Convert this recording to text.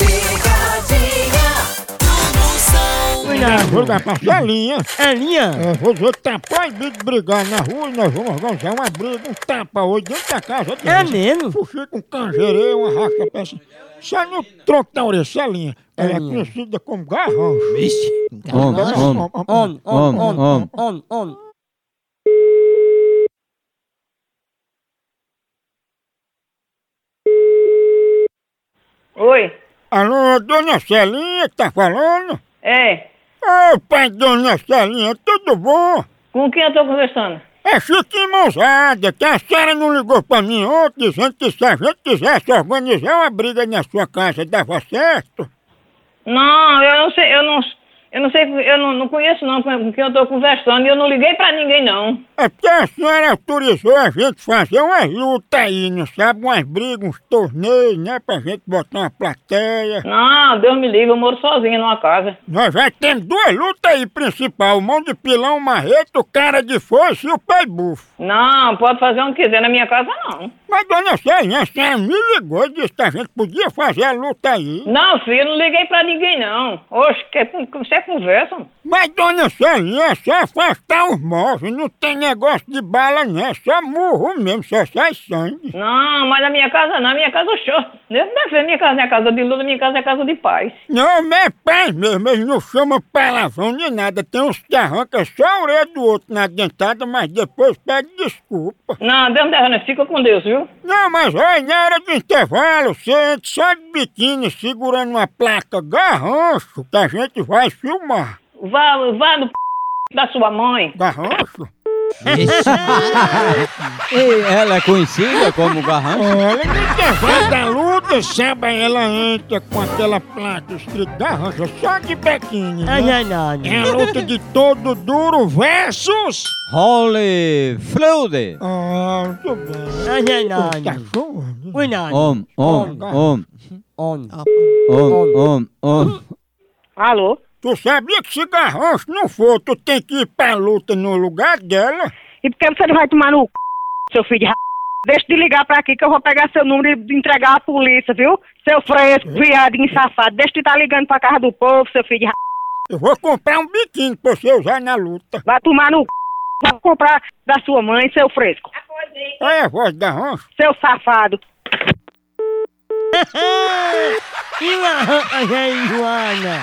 Picadinha do Moção. Olha, É, vou dar pra sua linha. É linha? É, você tá proibido de brigar na rua e nós vamos organizar uma briga, um tapa hoje dentro da casa. dele. É mesmo? Puxa com um canjereiro, uma rasca pra cima. Só no tronco da orelha, essa linha. Ela é linha. conhecida como garrancho. Homem, homem, On, on, on, on, on, on. Oi, Alô, dona Celinha que tá falando? é, Opa, dona Celinha, tudo bom? com quem eu tô conversando? É Chiquinho Mãozada, que a senhora não ligou pra mim ontem dizendo que se a gente quisesse organizar uma briga na sua casa, dava certo? Não, eu não sei, eu não, eu não sei, eu não, não conheço não com quem eu tô conversando e eu não liguei pra ninguém não. É porque a senhora autorizou a gente fazer umas lutas aí, não sabe? Umas brigas, uns torneios, né? Pra gente botar uma plateia. Não, Deus me livre, eu moro sozinha numa casa. Nós já temos duas lutas aí principal, o mão de pilão marreto, o cara de força e o pai bufo. Não, pode fazer onde quiser na minha casa não. Mas dona Celinha, a senhora me ligou e disse que a gente podia fazer a luta aí. Não, filho, eu não liguei pra ninguém não. Oxe, que, que você é conversa? mano? Mas dona Celinha, é só afastar os móveis, não tem negócio de bala não, é só murro mesmo, só sai sangue. Não, mas na minha casa não, minha casa é show. Deus me defende, minha casa não é casa de luta, minha casa é casa de paz. Não, meu pai mesmo, eles não chamam palavrão nem nada. Tem uns que arrancam só a orelha do outro na dentada, mas depois pede desculpa. Não, Deus me defende, fica com Deus, viu? Não, mas olha, na hora do intervalo, você entra só de biquíni segurando uma placa garrancho que a gente vai filmar. Vá, vá no p... da sua mãe. Garrancho? E ela é conhecida como Garrancho? Olha, no intervalo da luta, sabe, ela entra com aquela placa escrita garrancho só de biquíni. Ai, Né? ai, ai. É a luta de todo duro versus... Holy Fleude! Ah, muito bem. Ai, ai, ai. Tá zoando. Oi, não. Om, É om, om, On. om, om, om. Alô? Tu sabia que se garrancho não for, tu tem que ir pra luta no lugar dela? E por que você não vai tomar no c... seu filho de ra... Deixa de ligar pra aqui que eu vou pegar seu número e entregar à polícia, viu? Seu fresco, viadinho safado. Deixa de estar ligando pra casa do povo, seu filho de ra... Eu vou comprar um biquíni pra você usar na luta. Vai tomar no c... Vai comprar da sua mãe, seu fresco. Olha a voz da garrancho. Seu safado. E lá, ai, Joana.